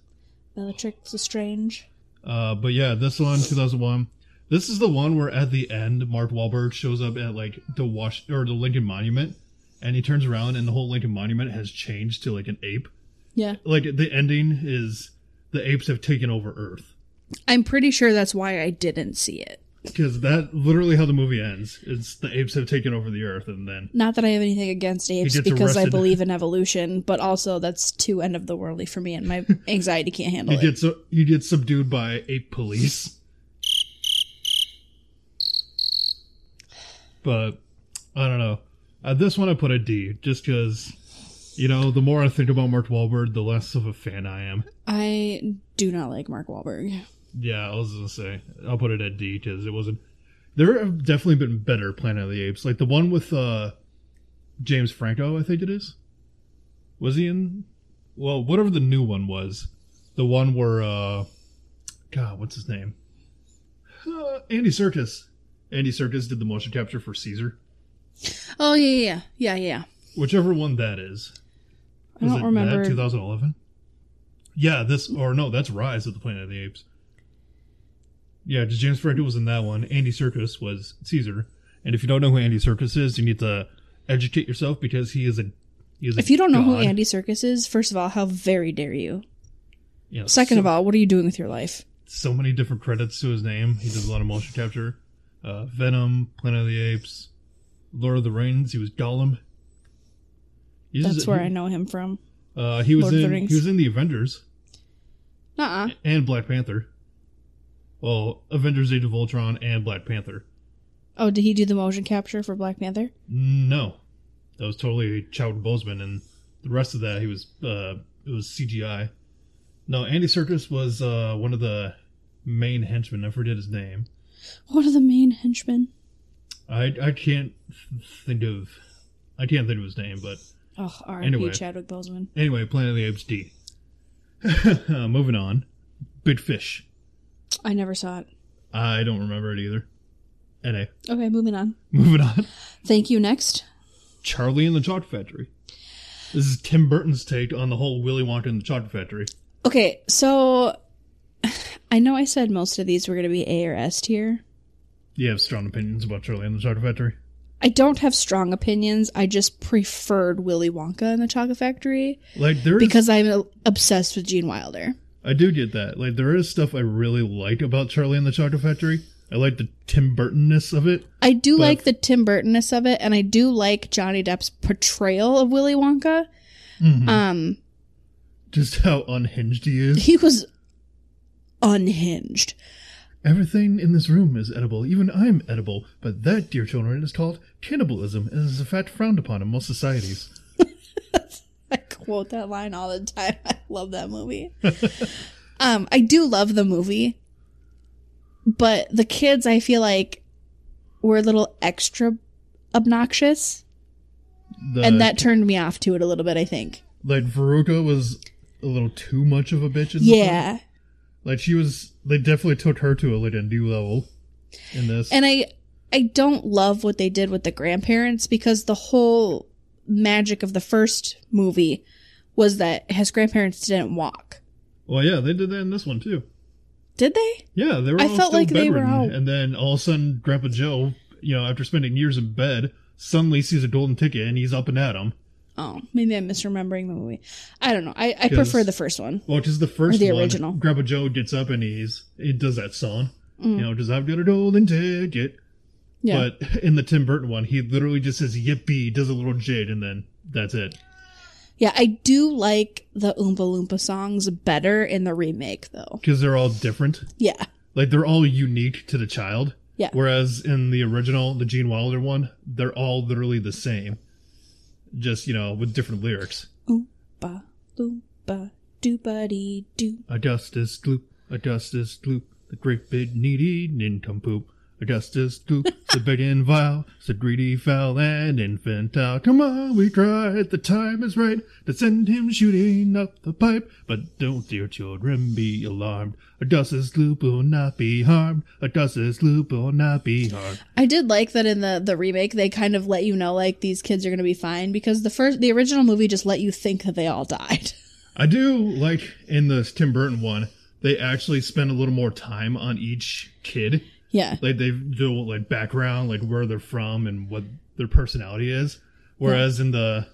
Bellatrix Lestrange. Uh, but yeah, this one, 2001. This is the one where at the end, Mark Wahlberg shows up at like the Wash or the Lincoln Monument, and he turns around and the whole Lincoln Monument has changed to like an ape. Yeah, Like the ending is the apes have taken over Earth I'm pretty sure that's why I didn't see it. because that literally how the movie ends. It's the apes have taken over the Earth, and then Not that I have anything against apes gets because I arrested. believe in evolution, but also that's too end of the worldly for me, and my anxiety can't handle he it. gets uh, he gets subdued by ape police. But I don't know. Uh, this one I put a D just because, you know, the more I think about Mark Wahlberg, the less of a fan I am. I do not like Mark Wahlberg. Yeah, I was gonna say I'll put it at D because it wasn't. There have definitely been better Planet of the Apes, like the one with uh James Franco, I think it is. Was he in? Well, whatever the new one was, the one where uh, God, what's his name? Uh, Andy Serkis. Andy Serkis did the motion capture for Caesar, Oh yeah, yeah, yeah, yeah. yeah. whichever one that is. I don't remember. 2011. Yeah, this or no, that's Rise of the Planet of the Apes. Yeah, just James Franco was in that one. Andy Serkis was Caesar. And if you don't know who Andy Serkis is, you need to educate yourself because he is a he is a if you don't know who god. Andy Circus is, first of all, how very dare you? Yeah, Second so, of all, what are you doing with your life? so many different credits to his name. He does a lot of motion capture, uh, Venom, Planet of the Apes, Lord of the Rings. He was Gollum. He's- That's where I know him from. Uh, he was Lord of the in Rings. he was in the Avengers. Nuh-uh. and Black Panther. Well, Avengers: Age of Ultron and Black Panther. Oh, did he do the motion capture for Black Panther? No, that was totally Chadwick Boseman, and the rest of that he was uh, it was CGI. No, Andy Serkis was uh, one of the main henchmen. I forget his name. One of the main henchmen. I I can't think of I can't think of his name, but Oh, R.I.P. Anyway. Chadwick Boseman. anyway, Planet of the Apes D. Moving on, Big Fish. I never saw it. I don't remember it either. Na. Okay, moving on. Moving on. Thank you. Next. Charlie and the Chocolate Factory. This is Tim Burton's take on the whole Willy Wonka and the Chocolate Factory. Okay, so I know I said most of these were going to be A or S tier. You have strong opinions about Charlie and the Chocolate Factory? I don't have strong opinions. I just preferred Willy Wonka and the Chocolate Factory Like there is, because I'm obsessed with Gene Wilder. I do get that. Like there is stuff I really like about Charlie and the Chocolate Factory. I like the Tim Burtonness of it. I do But- like the Tim Burtonness of it, and I do like Johnny Depp's portrayal of Willy Wonka. Mm-hmm. Um, Just how unhinged he is. he was unhinged. Everything in this room is edible, even I'm edible. But that, dear children, is called cannibalism, and is a fact frowned upon in most societies. I quote that line all the time. I love that movie. um, I do love the movie, but the kids I feel like were a little extra obnoxious. The, and that turned me off to it a little bit. I think. like Veruca was a little too much of a bitch. In this one. Yeah, like she was. They definitely took her to a like a new level in this. and I I don't love what they did with the grandparents because the whole magic of the first movie was that his grandparents didn't walk. well, yeah, they did that in this one too. Did they? Yeah, they were. I all felt still like they were bedridden, all- and then all of a sudden, Grandpa Joe, you know, after spending years in bed, suddenly sees a golden ticket and he's up and at him. Oh, maybe I'm misremembering the movie. I don't know. I, I 'Cause- prefer the first one. Well, because the first the one, original. Grandpa Joe gets up and he's he does that song. You know, does I've got a golden ticket. Mm. Yeah. But in the Tim Burton one, he literally just says "yippee," does a little jig, and then that's it. Yeah, I do like the Oompa Loompa songs better in the remake, though. Because they're all different, Yeah, like they're all unique to the child. Yeah. Whereas in the original, the Gene Wilder one, they're all literally the same, just you know, with different lyrics. ba loompa doobody doo. Augustus Gloop, Augustus Gloop, the great big needy nincompoop. Augustus Gloop, the big and vile, the greedy foul and infantile. Come on, we cry, the time is right to send him shooting up the pipe. But don't, dear children, be alarmed. Augustus Gloop will not be harmed. Augustus Gloop will not be harmed. I did like that in the the remake. They kind of let you know like these kids are gonna be fine because the first the original movie just let you think that they all died. I do like in this Tim Burton one, they actually spend a little more time on each kid. yeah, like they do like background, like where they're from and what their personality is. Whereas in the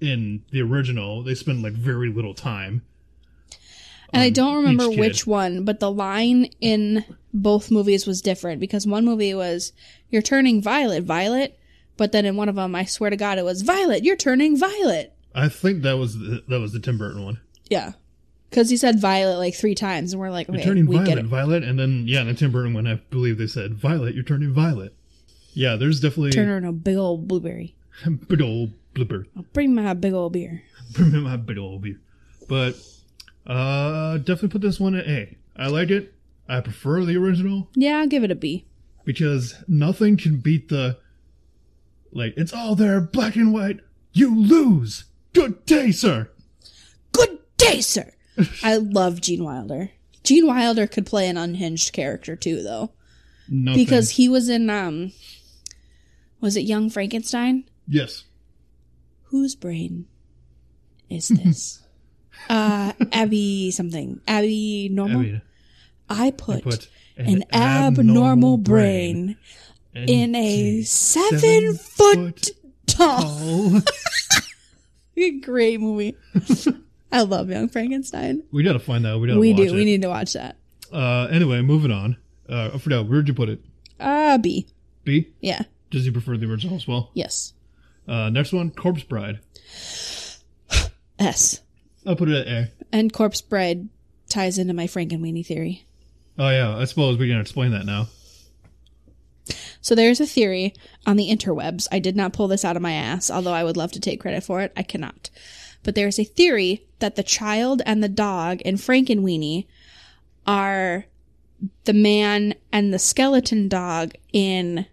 in the original, they spend like very little time. and I don't remember each kid. which one, but the line in both movies was different because one movie was "You're turning violet, violet," but then in one of them, I swear to God, it was "Violet, you're turning violet." I think that was the, that was the Tim Burton one. Yeah. Because he said violet like three times, and we're like, okay, you're turning we get violet, it. violet, and then yeah, in the Tim Burton one, I believe they said violet. You're turning violet. Yeah, there's definitely Turn her in a big old blueberry. big old blooper. I'll bring my big old beer. Remember my big old beer. But uh, definitely put this one at A. I like it. I prefer the original. Yeah, I'll give it a B. because nothing can beat the like it's all there black and white you lose good day sir Good day, sir. I love Gene Wilder. Gene Wilder could play an unhinged character too, though, nothing. because he was in um, was it Young Frankenstein? yes Whose brain is this? uh, Abby something. Abby i normal. mean I put, I put an, abnormal brain, brain in a seven foot tall. tall. Great movie. I love Young Frankenstein. we gotta find that we gotta We watch do. it. We need to watch that. uh anyway moving on uh i forgot where'd you put it Ah, B. b Yeah. does you prefer the original as well Yes. uh next one corpse bride S. i put it at a And Corpse Bride ties into my Frankenweenie theory. oh yeah i suppose we can explain that now So there's a theory on the interwebs. I did not pull this out of my ass, although I would love to take credit for it. I cannot. But there's a theory that the child and the dog in Frankenweenie are the man and the skeleton dog in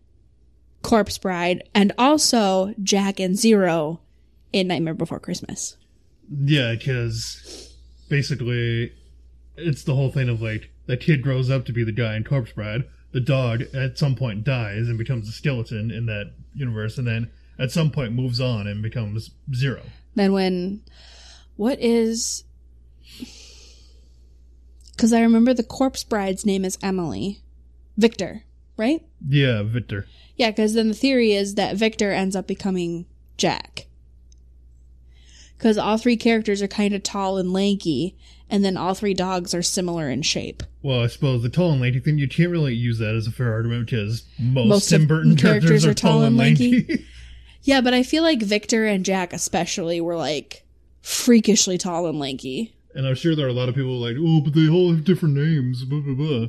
Corpse Bride and also Jack and Zero in Nightmare Before Christmas. Yeah, because basically, it's the whole thing of like that kid grows up to be the guy in Corpse Bride. The dog at some point dies and becomes a skeleton in that universe, and then at some point moves on and becomes zero. Then when what is because I remember the corpse bride's name is Emily Victor, right? Yeah, Victor. Yeah, because then the theory is that Victor ends up becoming Jack. Because all three characters are kind of tall and lanky, and then all three dogs are similar in shape. Well, I suppose the tall and lanky thing you can't really use that as a fair argument because most, Most Tim of Burton the characters, are tall and lanky. Yeah, but I feel like Victor and Jack, especially, were like freakishly tall and lanky. and I'm sure there are a lot of people like, oh, but they all have different names. Blah blah blah.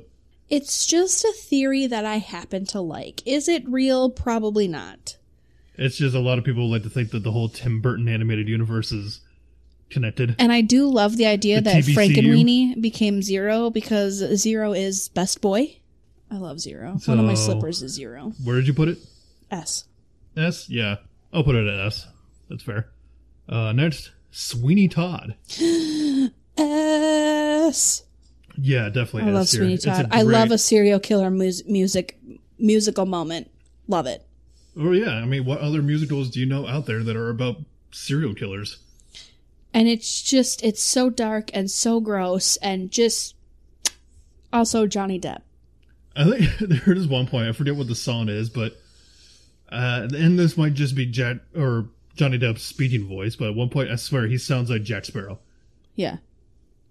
It's just a theory that I happen to like. Is it real? Probably not. It's just a lot of people like to think that the whole Tim Burton animated universe is connected. And I do love the idea The that TBCU. Frankenweenie became Zero because Zero is best boy. I love Zero. One of my So- slippers is Zero. Where did you put it? S. S? Yeah. I'll put it at S. That's fair. Uh, next, Sweeney Todd. S. Yeah, definitely. I S love tier. Sweeney It's a Todd. I love great- a serial killer mus- music musical moment. Love it. Oh yeah, I mean, what other musicals do you know out there that are about serial killers? and it's just it's so dark and so gross and just also Johnny Depp. I think there is one point I forget what the song is, but uh, and this might just be Jack or Johnny Depp's speaking voice, but at one point I swear he sounds like Jack Sparrow. Yeah.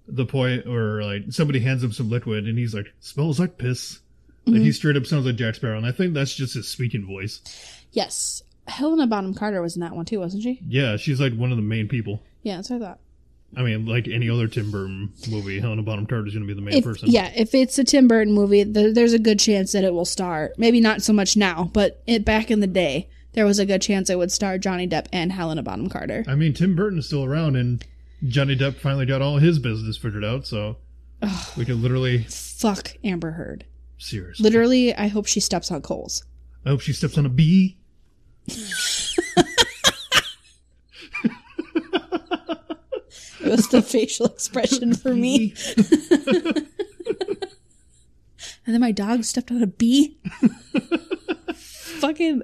The point where like somebody hands him some liquid and he's like smells like piss. Mm-hmm. Like he straight up sounds like Jack Sparrow, and I think that's just his speaking voice. Yes. Helena Bonham Carter was in that one too, wasn't she? Yeah, she's like one of the main people. Yeah, that's what I thought. I mean, like any other Tim Burton movie, Helena Bonham Carter is going to be the main If, person. yeah, if it's a Tim Burton movie, th- there's a good chance that it will star. Maybe not so much now, but it, back in the day, there was a good chance it would star Johnny Depp and Helena Bonham Carter. I mean, Tim Burton's still around, and Johnny Depp finally got all his business figured out, so we could literally Fuck Amber Heard. seriously. Literally, I hope she steps on coals. I hope she steps on a bee. It was the facial expression for me. And then my dog stepped on a bee. Fucking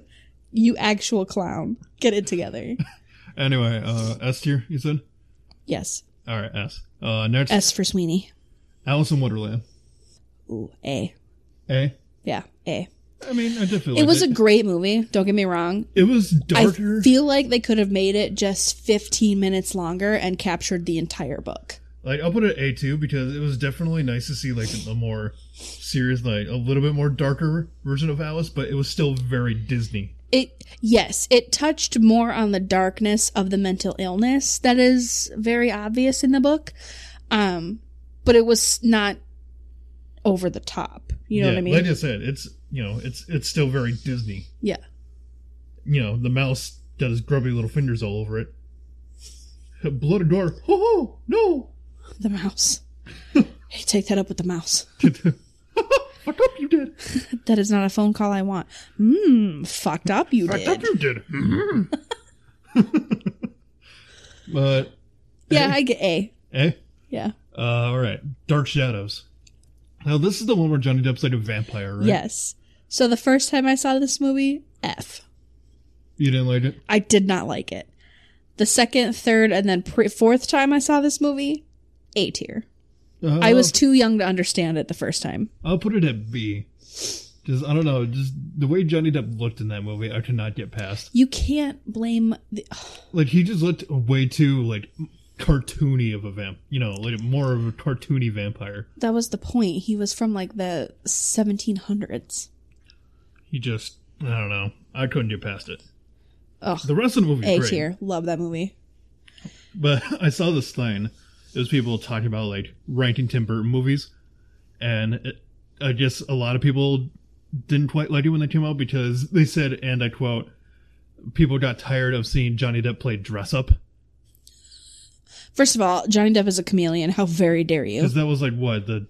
you actual clown. Get it together. Anyway, uh, S tier, you said? Yes. All right, S. Uh, next, S for Sweeney. Alice in Wonderland. Ooh, A. Eh? Yeah, A. I mean, I did feel It was a it. great movie, don't get me wrong. It was I darker. feel like they could have made it just 15 minutes longer and captured the entire book. like, I'll put it A two because it was definitely nice to see, like, a more serious, like, a little bit more darker version of Alice, but it was still very Disney. It yes, it touched more on the darkness of the mental illness that is very obvious in the book. Um but it was not over the top. You know yeah, what I mean? Like I said, it's, you know, it's it's still very Disney. yeah. you know, the mouse got his grubby little fingers all over it. Blow the door. Ho ho! No! The mouse. hey, take that up with the mouse. Fuck up you did! That is not a phone call I want. Mmm, fucked up you Fuck up did. you did! Mm-hmm. but, Yeah, I get A. eh? Yeah. Uh, alright. Dark Shadows. Now, this is the one where Johnny Depp's like a vampire, right? Yes. So the first time I saw this movie, F. You didn't like it? I did not like it. The second, third, and then pre- fourth time I saw this movie, A tier. Uh, I was too young to understand it the first time. I'll put it at B. Just, I don't know, just the way Johnny Depp looked in that movie, I could not get past. You can't blame the. like he just looked way too like cartoony of a vamp you know like more of a cartoony vampire That was the point. He was from like the 1700s. he just i don't know i couldn't get past it Ugh. the rest of the movie A great tier. Love that movie. but i saw this thing it was people talking about like ranking tim burton movies and it, i guess a lot of people didn't quite like it when they came out because they said and i quote people got tired of seeing johnny depp play dress up First of all, Johnny Depp is a chameleon. How very dare you? Because that was like what the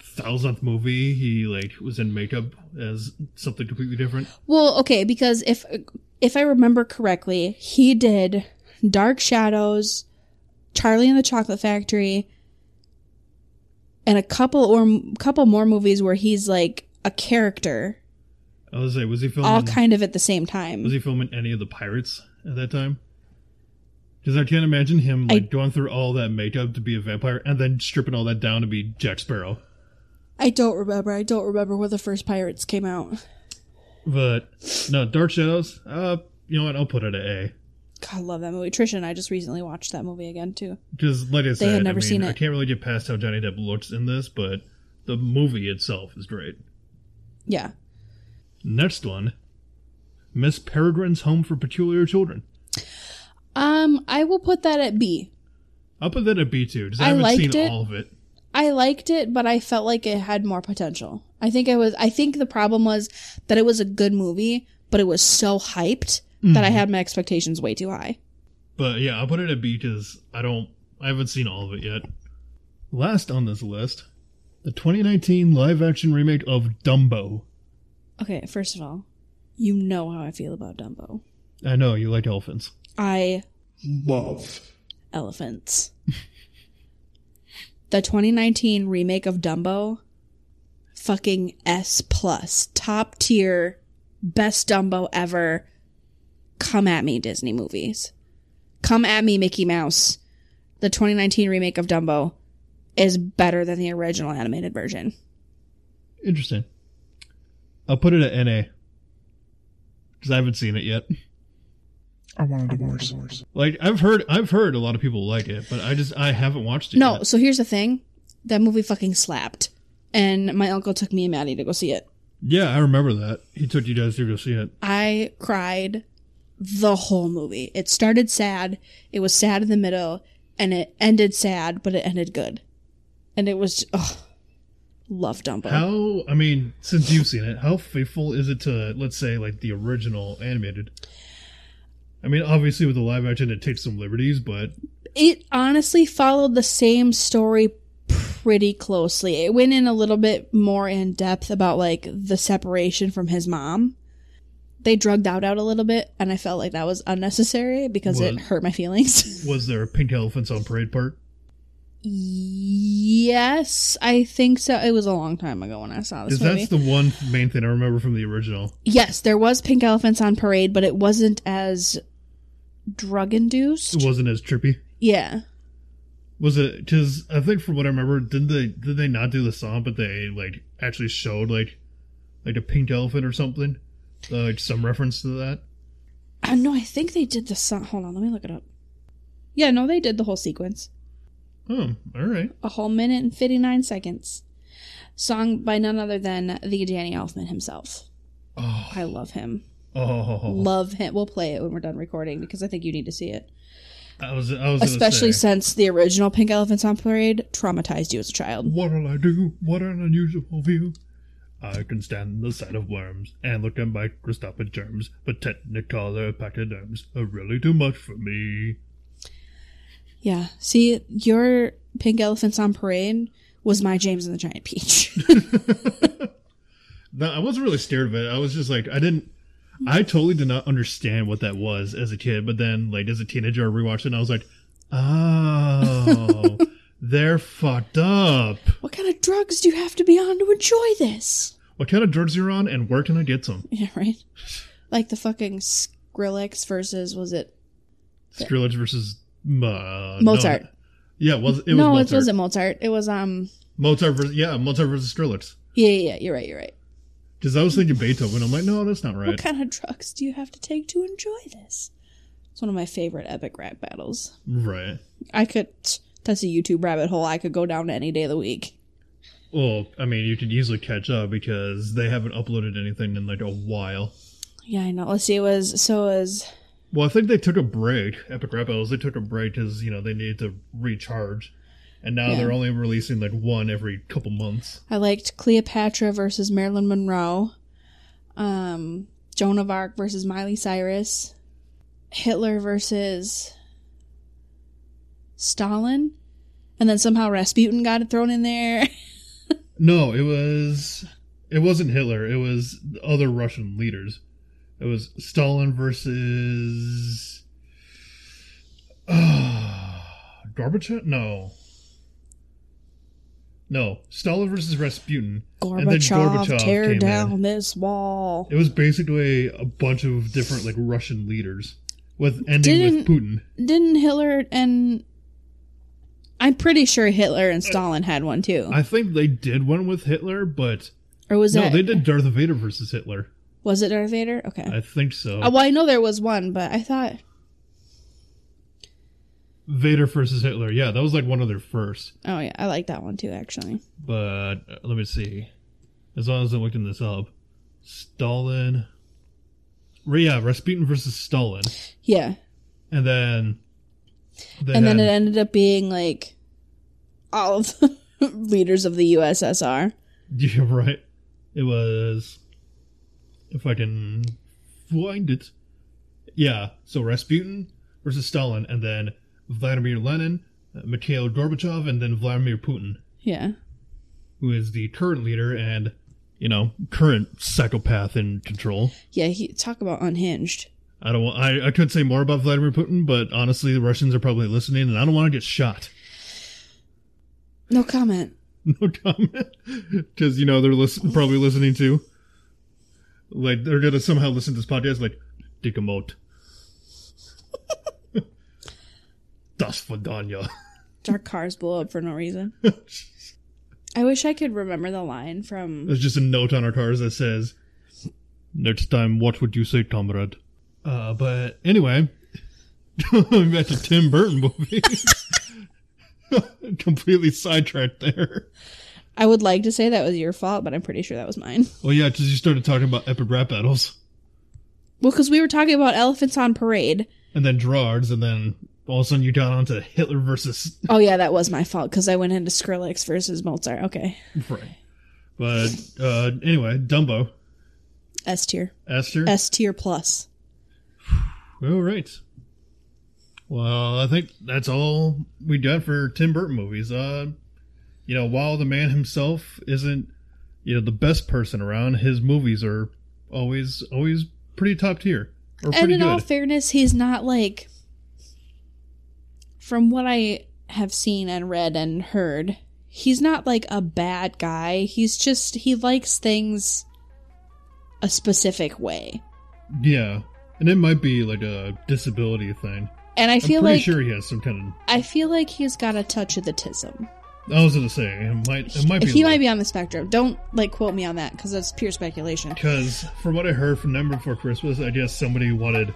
thousandth movie he like was in makeup as something completely different. Well, okay, because if if I remember correctly, he did Dark Shadows, Charlie and the Chocolate Factory, and a couple or couple more movies where he's like a character, I was like, was he filming? all kind of at the same Mm. was time. he filming any of the pirates at that time? Because I can't imagine him I- like going through all that makeup to be a vampire and then stripping all that down to be Jack Sparrow. I don't remember. I don't remember when the first Pirates came out. But no, Dark Shadows. Uh, you know what? I'll put it at A. God, I love that movie. Trisha and I just recently watched that movie again too. Because like I said, never I, mean, seen I it. can't really get past how Johnny Depp looks in this, but the movie itself is great. Yeah. Next one, Miss Peregrine's Home for Peculiar Children. Um, I will put that at B. I'll put that at B two because I, I haven't liked seen it. all of it. I liked it, but I felt like it had more potential. I think I was I think the problem was that it was a good movie, but it was so hyped that I had my expectations way too high. But yeah, I'll put it at B because I don't, I haven't seen all of it yet. Last on this list, the 2019 live-action remake of Dumbo. Okay, first of all, you know how I feel about Dumbo. I know you like elephants. I Love. elephants. the 2019 remake of Dumbo, fucking S plus, top tier, best Dumbo ever. Come at me, Disney movies. Come at me, Mickey Mouse. The 2019 remake of Dumbo is better than the original animated version. Interesting. I'll put it at NA because I haven't seen it yet. I want a divorce. Like I've heard, I've heard a lot of people like it, but I just I haven't watched it. No, yet. so here's the thing that movie fucking slapped. And my uncle took me and Maddie to go see it. Yeah, I remember that. He took you guys to go see it. I cried the whole movie. It started sad, it was sad in the middle, and it ended sad, but it ended good. And it was oh, love Dumbo. How? I mean, since you've seen it, how faithful is it to let's say like the original animated? I mean, obviously with the live action, it takes some liberties, but It honestly followed the same story pretty closely. It went in a little bit more in depth about like the separation from his mom. They drugged out out a little bit, and I felt like that was unnecessary because it Was- hurt my feelings. was there a pink elephants on parade part? Yes, I think so. It was a long time ago when I saw this Because movie. that's the one main thing I remember from the original. yes, there was pink elephants on parade, but it wasn't as drug induced. It wasn't as trippy. yeah, Was it? Because I think from what I remember, didn't they did they not do the song, but they like actually showed like like a pink elephant or something, uh, like some reference to that. uh, no, I think they did the song. Hold on, let me look it up. Yeah, no, they did the whole sequence, Oh, all right. a whole minute and fifty nine seconds, song by none other than the Danny Elfman himself. Oh, I love him, oh, love him. We'll play it when we're done recording because I think you need to see it, I was I was gonna especially say, since the original Pink Elephants on Parade traumatized you as a child. What'll I do? What an unusual view. I can stand the sight of worms and look at microscopic germs, but technicolor pachyderms are really too much for me. Yeah. See, your Pink Elephants on Parade was my James and the Giant Peach. No, I wasn't really scared of it. I was just like, I didn't, I totally did not understand what that was as a kid. But then, like as a teenager, I rewatched it and I was like, oh, they're fucked up. what kind of drugs do you have to be on to enjoy this? What kind of drugs you're on, and where can I get some? Yeah, right? Like the fucking Skrillex versus, was it Skrillex versus uh, Mozart? No. Yeah, it was it was no, Mozart. it wasn't Mozart. It was, um, Mozart versus yeah, Mozart versus Skrillex. yeah, yeah, yeah, you're right, you're right. Because I was thinking Beethoven. I'm like, no, that's not right. What kind of drugs do you have to take to enjoy this? It's one of my favorite epic rap battles. Right. I could, that's a YouTube rabbit hole I could go down to any day of the week. Well, I mean, you could easily catch up because they haven't uploaded anything in like a while. Yeah, I know. Let's see, it was, so it was Well, I think they took a break. Epic Rap Battles, they took a break because you know they needed to recharge, and now Yeah. they're only releasing like one every couple months. I liked Cleopatra versus Marilyn Monroe, um, Joan of Arc versus Miley Cyrus, Hitler versus Stalin, and then somehow Rasputin got it thrown in there. No, it was it wasn't Hitler. It was the other Russian leaders. It was Stalin versus uh, Gorbachev. No, no, Stalin versus Rasputin. and then Gorbachev, came tear in. down this wall. It was basically a bunch of different like Russian leaders with ending with Didn't- Putin. Didn't Hitler and I'm pretty sure Hitler and Stalin had one too. I think they did one with Hitler, but Or was no, that they did Darth Vader versus Hitler. was it Darth Vader? Okay. I think so. Uh, well, I know there was one, but I thought Vader versus Hitler. Yeah, that was like one of their first. oh yeah, I like that one too actually. But uh, let me see. As long as I'm looking this up, Stalin. Ra- Yeah, Rasputin versus Stalin, Yeah. and then. they and then had- it ended up being like all of the leaders of the USSR. Yeah, right. It was. If I can find it. Yeah, so Rasputin versus Stalin, and then Vladimir Lenin, uh, Mikhail Gorbachev, and then Vladimir Putin, Yeah. who is the current leader and, you know, current psychopath in control. Yeah, he talk about unhinged. I don't. Want, I I could say more about Vladimir Putin, but honestly, the Russians are probably listening, and I don't want to get shot. No comment. No comment, because you know they're listen, probably listening to. Like they're gonna somehow listen to this podcast. Like, take a moat. Das Vidania. Dark cars blow up for no reason. I wish I could remember the line from. There's just a note on our cars that says, "Next time, what would you say, comrade?" Uh, but anyway, going back to Tim Burton movies. Completely sidetracked there. I would like to say that was your fault, but I'm pretty sure that was mine. Well, yeah, because you started talking about epic rap battles, Well, because we were talking about elephants on parade. and then Gerard's, and then all of a sudden you got onto Hitler versus Oh yeah, that was my fault because I went into Skrillex versus Mozart. Okay, Right. But uh, anyway, Dumbo, S tier, Esther. S tier plus. All right. Well, I think that's all we got for Tim Burton movies. Uh, you know, while the man himself isn't, you know, the best person around, his movies are always always pretty top tier or And pretty in all good. fairness, he's not like. From what I have seen and read and heard, he's not like a bad guy. He's just he likes things a specific way, yeah, and it might be like a disability thing. and I I'm feel pretty like sure he has some kind I feel like he's got a touch of the tism. of. I was gonna say it might. It might be. he might be on the spectrum. Don't like quote me on that because that's pure speculation. Because from what I heard from Number Before Christmas, I guess somebody wanted,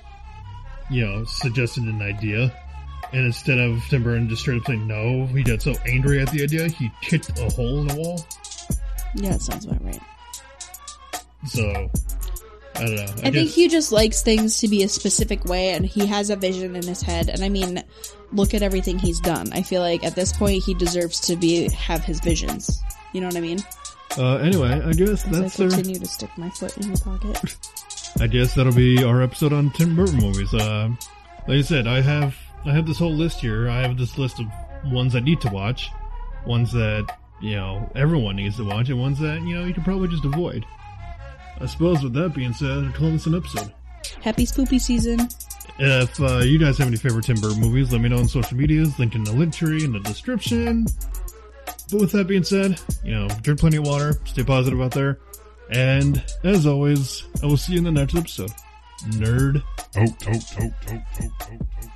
you know, suggested an idea. And instead of Tim Burton just straight up saying no, he got so angry at the idea, he kicked a hole in the wall. Yeah, that sounds about right. So, I don't know. I, I think guess, he just likes things to be a specific way and he has a vision in his head. And I mean, look at everything he's done. I feel like at this point he deserves to be have his visions. You know what I mean? uh, anyway, I guess As that's I our, continue to stick my foot in your pocket. I guess that'll be our episode on Tim Burton movies. Uh, like I said, I have I have this whole list here. I have this list of ones I need to watch, ones that you know everyone needs to watch, and ones that you know you can probably just avoid. I suppose with that being said, I'm calling this an episode. Happy spoopy season. If uh, you guys have any favorite Tim Burton movies, let me know on social medias, linked in the link tree in the description. But with that being said, you know, drink plenty of water, stay positive out there, and as always, I will see you in the next episode. Nerd Out, out, out, out, out, out, out.